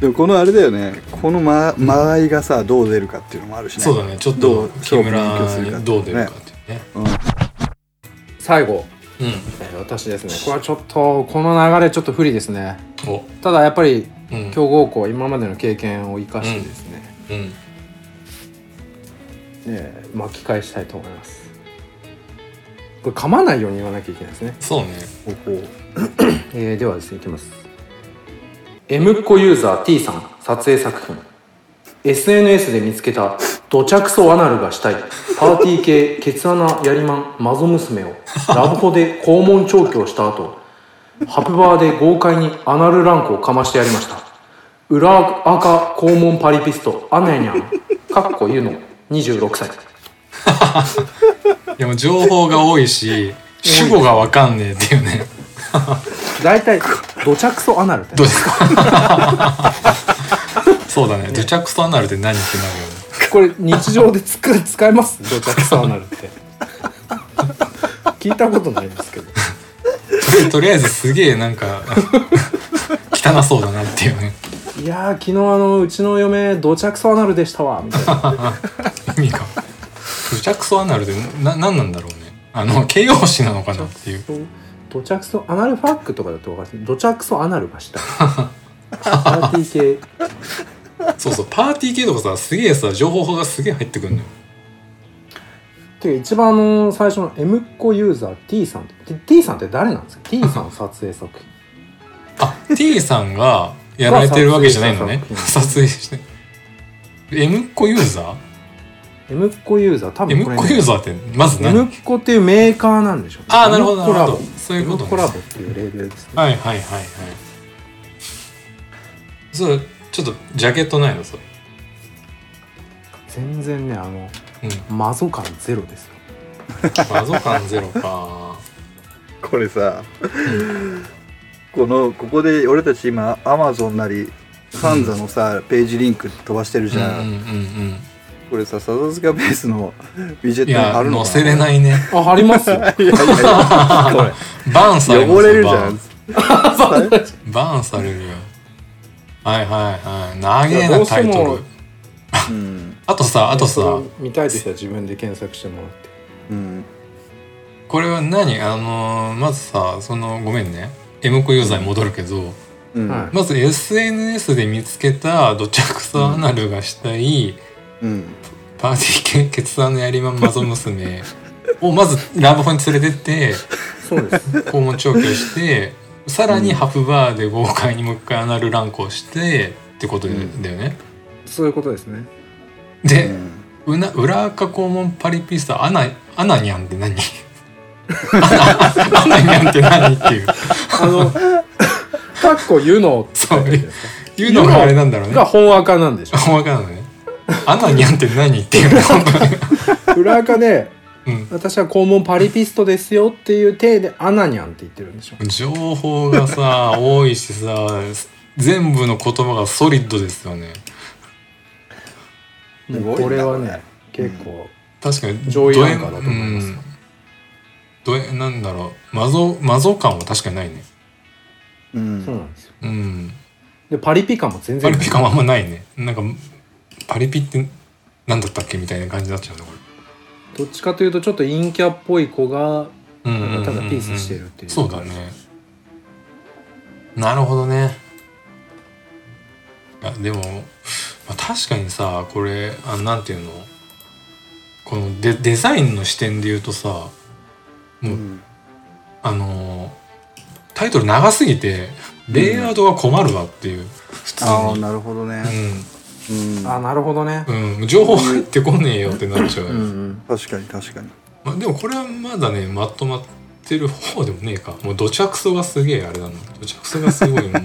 でもこのあれだよねこの間間合いがさどう出るかっていうのもあるしねそうだね。ちょっどとう木勝負に影響村するかにどう出るかっていうね。最後、うえー私ですねこれはちょっとこの流れちょっと不利ですねん。お。ただやっぱりうん。強豪校今までの経験を生かしてですね、うん。えー巻き返したいと思いますこれ噛まないように言わなきゃいけないですね、そうね。ここえーではですねいきます、え M っ子ユーザー T さん撮影作品 SNS で見つけた土着ソアナルがしたいパーティー系ケツ穴やりまんマゾ娘をラブホで肛門調教した後ハプバーで豪快にアナルランクをかましてやりました裏赤肛門パリピストアナヤニャンかっこゆの26歳いやもう情報が多いし主語がわかんねえっていうね大体土着ソアナルってどうですかそうだね土着ソアナルって何ってなるよねこれ日常で使い使えます土着ソアナルって聞いたことないですけどとりとりあえずすげえなんか 汚そうだなっていうねいやー昨日あのうちの嫁土着ソアナルでしたわみたいな意味が土着ソアナルってな何なんだろうねあの形容詞なのかなっていう土着ソアナルファックとかだと分かるんですけど土着ソアナルがしたいパーティー系そうそうパーティー系とかさすげえさ情報がすげえ入ってくるのよていうか一番あの最初の M っ子ユーザー T さんって T さんって誰なんですか T さん撮影作品あ T さんがやられてるわけじゃないのね撮影して M っ子ユーザ M っ子ユーザー多ー分 ?M これ、っね子、ユーザーってまず M 何っ子っていうメーカーなんでしょう、あーなるほど M コラなるボほどそういうこと M コラボっていうレーベルですねはいはいはいはいそれちょっとジャケットないのそれ全然ねあのうんマゾ感ゼロですよ画像感ゼロかこれさ、このここで俺たち今アマゾンなりサンザのさ、ページリンク飛ばしてるじゃ、うんんうんうんこれさ笹塚ベースのウィジェうんいットやあるの載せれないいねああります よいやいやいやバーンこされれますよ汚れるじゃんバーンバーンされるよはいはいはい長えいやどなうしてタイもトルうん、あとさあとさ見たい時は自分で検索してもらってうん、これは何あのーまずさそのごめんね M 子ユーザーに戻るけどうん、はまず SNS で見つけた土着さアナルがしたい、うん、パーティー系ケツアのやりまんマゾ娘をまずラブホに連れてってそうです肛門調教してさらにハフバーで豪快にもう一回アナル乱行してってことだよね、そういうことですねうで、んうな裏垢肛門パリピスタアナアナニャンって 何アナアナニャンって何っていうあの かっこユノって書いてあるじゃないですかいうのがあれなんだろうねが本赤なんでしょ分かんないねアナニャンって何っていうの裏垢でうん私は肛門パリピストですよっていう体でアナニャンって言ってるんでしょ情報がさ多いしさ全部の言葉がソリッドですよねすもごういなこれはねれ結構確かに上位ランカーだと思いますうんどえなんだろうマゾマゾ感は確かにないねう、そうんなんですようんでパリピ感も全パ然リピ感はあんまないねなんかパリピって何だったっけみたいな感じになっちゃうねこどっちかというとちょっと陰キャっぽい子がれうんうんうんうんただピースしてるっていうそうだねなるほどねいやでも、まあ、確かにさこれあなんていうのこのデデザインの視点で言うとさもうあのータイトル長すぎてレイアウトが困るわっていう、普通ああになるほどね、うんあなるほどねうん、うん、情報入ってこねえよってなっちゃう、うんうん確かに確かにまあ、でもこれはまだねまとまってる方でもねえかもう土着層がすげえあれだな土着層がす ごいもう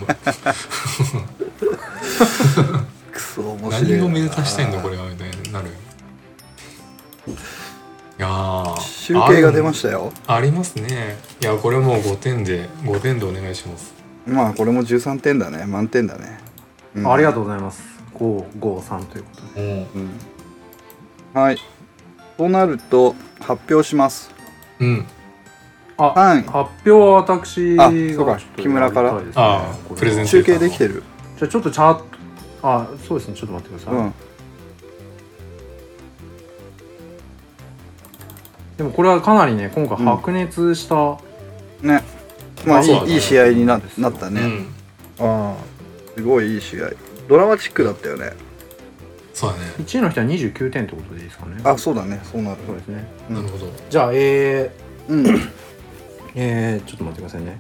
クソ面白い何を目指したいんだこれはみたいになるよいやー集計が出ましたよありますねいやこれもう5点で5点でお願いしますまあこれも13点だね満点だね、うんありがとうございます553ということでうんうんはいとなると発表しますうんあはい発表は私があそうかちょっと木村からやりたいですねああこれプレゼン集計できてるじゃあちょっとチャートあそうですねちょっと待ってくだうさい、んでもこれはかなりね今回白熱した、ねまあいそうだいねいい試合にななったうね、んああすごいいい試合ドラマチックだったよねそうだね1位の人は29点ってことでいいですかねあそうだねそうなるそうですねうんなるほどじゃあえ ーうんえー、ちょっと待ってくださいね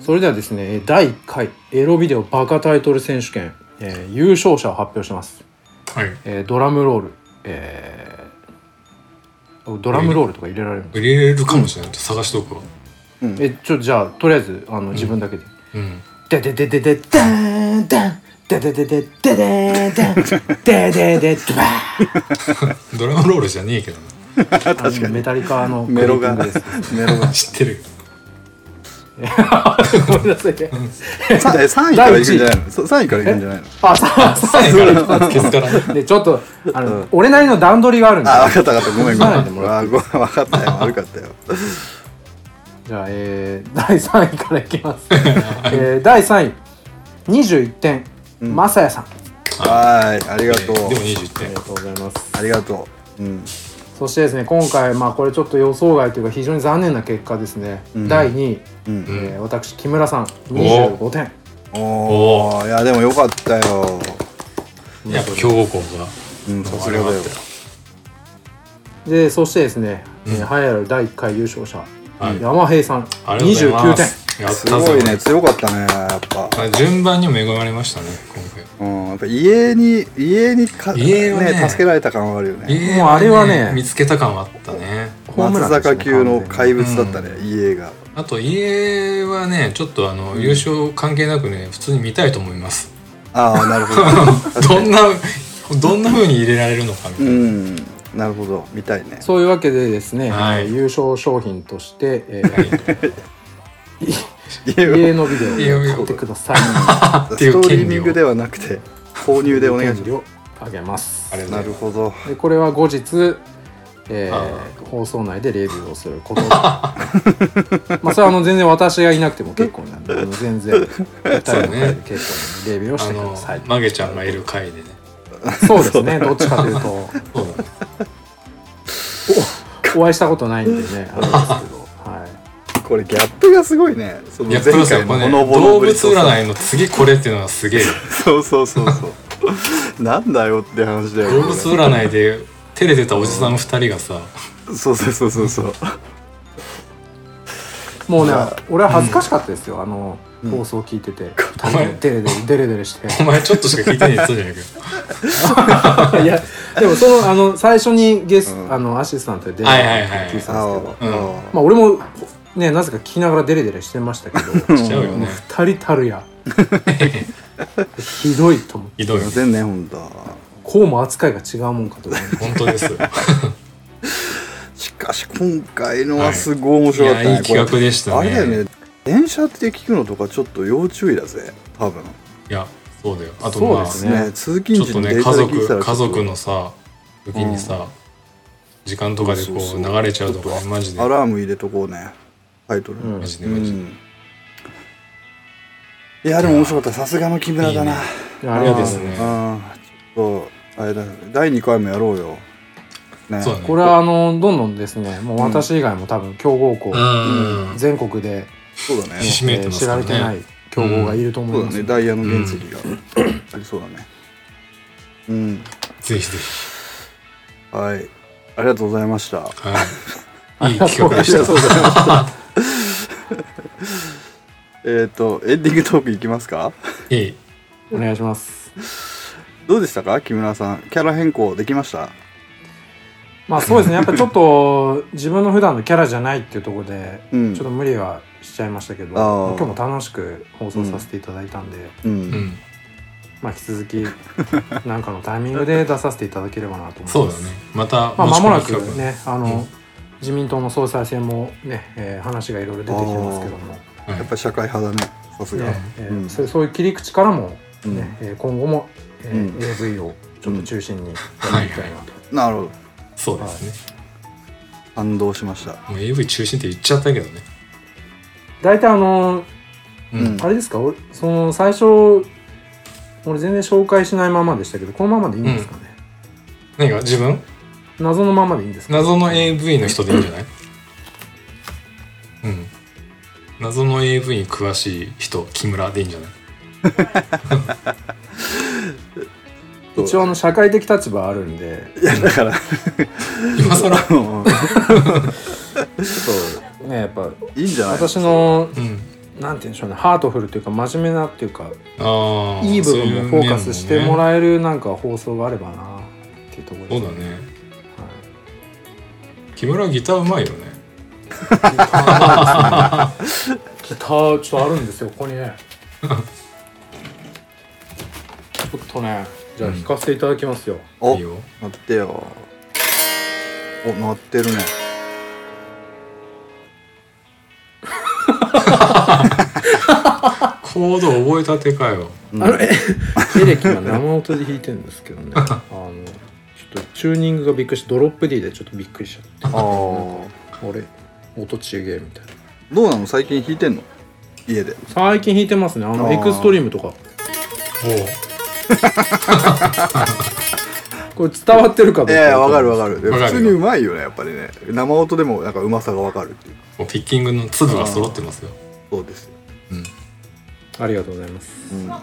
それではですねえー第1回エロビデオバカタイトル選手権、えー優勝者を発表します、はい。えードラムロール、えードラムロールとか入れられるんです入れるかもしれない。ちょっと探しとくわ。うんえちょじゃあとりあえずあの自分だけでうん。 「でででででダーンダンででででででダンでででドバーンドラムロールじゃねえけどな。あのメタリカのメロがクリーピングですメロが 知って る。ごめんなさいねさ3位からいくんじゃないのそ3位からいくんじゃないのあささ3位から一発消すからね。でちょっとあの、俺なりの段取りがあるんであ分かった分かったごめんごさらめにんもわあごめん分かったよ悪かったよじゃあ、えー、第3位からいきます、えー、第3位21点まさやさんあはーいありがとうでも21点 り。がとうございますありがとううんそしてですね今回まあこれちょっと予想外というか非常に残念な結果ですね、ん第2位、うんえー私木村さん25点おおいやでもよかったよやっぱ強豪校が。うんさすれがはだあよったよでそしてですね、えー栄えある第1回優勝者、はい山平さんありがとうござい29ま点す。やっすたぞごいね強かったねやっぱあ順番にも恵まれましたね、今うんやっぱ家に家にか家はね助けられた感はあるよね回。もうあれはね見つけた感はあったね。ホームラ松ンです坂ね級の怪完物だったね家があと家はね、ちょっとあの、優勝関係なくね、普通に見たいと思います。ああなるほど どんな、どんな風に入れられるのかみたういな。んなるほど見たいねそういうわけでですね、はいえー優勝商品として、えー家 家をのビデオを買ってください。っていスうト権リ利をーミングではなくて購入でお願いし権利をあげますあ。れますなるほどでこれは後日、えーあ放送内でレビューをすること。ま あそれはあの全然私がいなくても結構なんで、あの全然二人の方で結構レビューをしあてくださいの。マゲちゃんがいる回でね。そうですね。どっちかというとそうだね。おお会いしたことないんでね、あれですけど、はい。これギャップがすごいねそのいや前プロさ回んこのれねほのぼ動のぶ物りとさ占いの次これっていうのはすげえよ そうそうそう そう。なんだよって話だよね。動物占いで照れてたおじさん2人がさそうそうそうそうそう。もうね、俺は恥ずかしかったですよ。あの放送聞いてて、お前デレデレデレデ レして。 「お前ちょっとしか聞いてねえ」っつうんじゃないけどいや でもそのあの最初にゲスト、あのアシスタントで出はいはいはい聞いてたあんおですけどうんまあ俺もねなぜか聞きながらデレデレしてましたけどもしちゃうようね二人たる やひどいと思ってひどいよまねせんね、本当。こうも扱いが違うもんかと思って本当ですよしかし今回のはすごい面い白かっやたね。いい企画でしこたれねあれだよね。電車って聞くのとかちょっと要注意だぜ。多分。いやそうだよあとまあそうですちねね、通勤ょっ時とにね電家車で聞いてた族ら家族ちょのさ時にさ時間とかでこそううそう流れちゃうとかねマジっでとアラーム入れとこうね。タイトル。うんマジでうマジでんいやでも面白かった。さすがの木村だな。いいねいやあいれやはでですすねねうん。ちょっとあれだ。第二回もやろうよ。ね。そうだねこれはあのどんどんですねもう私以外も多分強豪校、うん全国で、そうだね。ひしめいてえーます知からられねてない強豪がいると思そいうまだす、ね、ダイヤの原石がありそうだね。うん、ぜひぜひはい。ありがとうございました。はいいい企画でしたうございました。 えっと、エンディングトークいきますかいいお願いしますどうでしたか木村さん。キャラ変更できましたまあそうですねやっぱちょっと自分の普段のキャラじゃないっていうところでうんちょっと無理はしちゃいましたけど、あー今日も楽しく放送させていただいたんで、う。うんんまあ引き続きなんかのタイミングで出させていただければなと思います。そうだねまたまあ間もなく持ち込み企ね、あの、うん自民党の総裁選もね、えー話がいろいろ出てきてますけども、ね画はいやっぱ社会派だね。さすが。えーうんそそういう切り口からもうね、んえー今後も、えーうん AV をちょっと中心にやっていきたいなと。なるほど。そうですね感動しました。もう AV 中心って言っちゃったけどね大体あのううんあれですか、俺その最初俺全然紹介しないままでしたけど、このままでいいんですかね。何が自分謎のままでいいんですか。謎の AV の人でいいんじゃないうん謎の AV に詳しい人木村でいいんじゃない一応あの社会的立場あるんで、いや、だから、今更うんちょっとねやっぱいいんじゃない私のうんなんて言うんでしょうねハートフルというか真面目なっていうかあーいい部分もフォーカスしてもえらえるなんか放送があればなっていうところそうだですねは木村ギターうまいよねいギターちょっとあるんで すよここにねちょっとねじゃあ弾かせていただきますよ、おいいよ鳴ってよお鳴ってるねコード覚えたてかよあ のえエレキが生音で弾いてるんですけどねあのちょっとチューニングがびっくりしてドロップ D でちょっとびっくりしちあゃっあどて俺音ちげえみたいなうなの最近弾いてんの家で最近弾いてますねあのあーエクストリームとかこれ伝わってるかどういかやいやわかるわかるでわかるよ普通にうまいよねやっぱりね生音でもなんかうまさがわかるっていうおうピッキングの粒が揃ってますよそうですよありがとうございますだ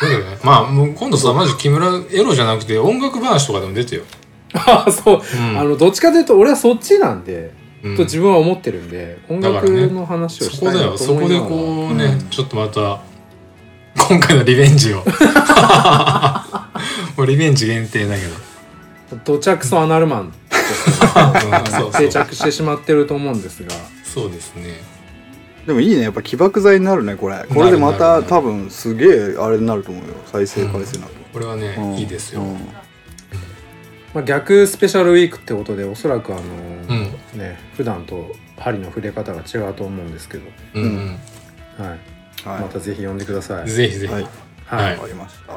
けどねまあもう今度さマジ木村エロじゃなくて音楽話とかでも出てよああ そう、んあのどっちかというと俺はそっちなんで、うんと自分は思ってるんで音だから楽ねの話をそしたこいなだとよそ思こいでながらこうね、ちょっとまた今回のリベンジを もうリベンジ限定だけ ど土着層アナルマンうんそうそ定う着してしまってると思うんですがそうですねでもいいねやっぱ起爆剤になるねこれこれでまなるなたる多分すげえあれになると思うよ再生回数になると、これはね、うんいいですよ、うんまあ、逆スペシャルウィークってことでおそらくあの、うんね普段と針の触れ方が違うと思うんですけど、うんうんはいまはたぜひ呼んでください。ぜひぜい、ひ、はい、わはいはいかりました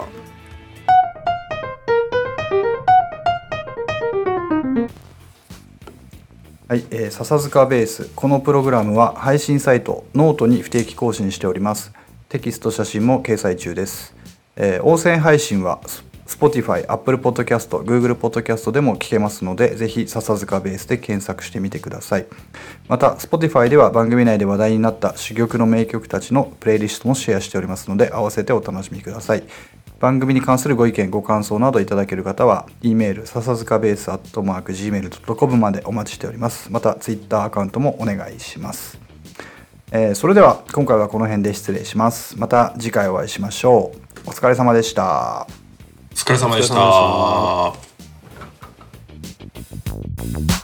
はい、えー笹塚ベースこのプログラムは配信サイトノートに不定期更新しておりますテキスト写真も掲載中です、えー、応戦配信はス Spotify、Apple Podcast、Google Podcast でも聞けますのでぜひ笹塚ベースで検索してみてくださいまた Spotify では番組内で話題になった珠玉の名曲たちのプレイリストもシェアしておりますので合わせてお楽しみください番組に関するご意見ご感想などいただける方は e メール笹塚ベースアットマーク Gmail.com までお待ちしておりますまた Twitter アカウントもお願いします、えーそれでは今回はこの辺で失礼しますまた次回お会いしましょうお疲れ様でしたお疲れ様でしたお疲れ様で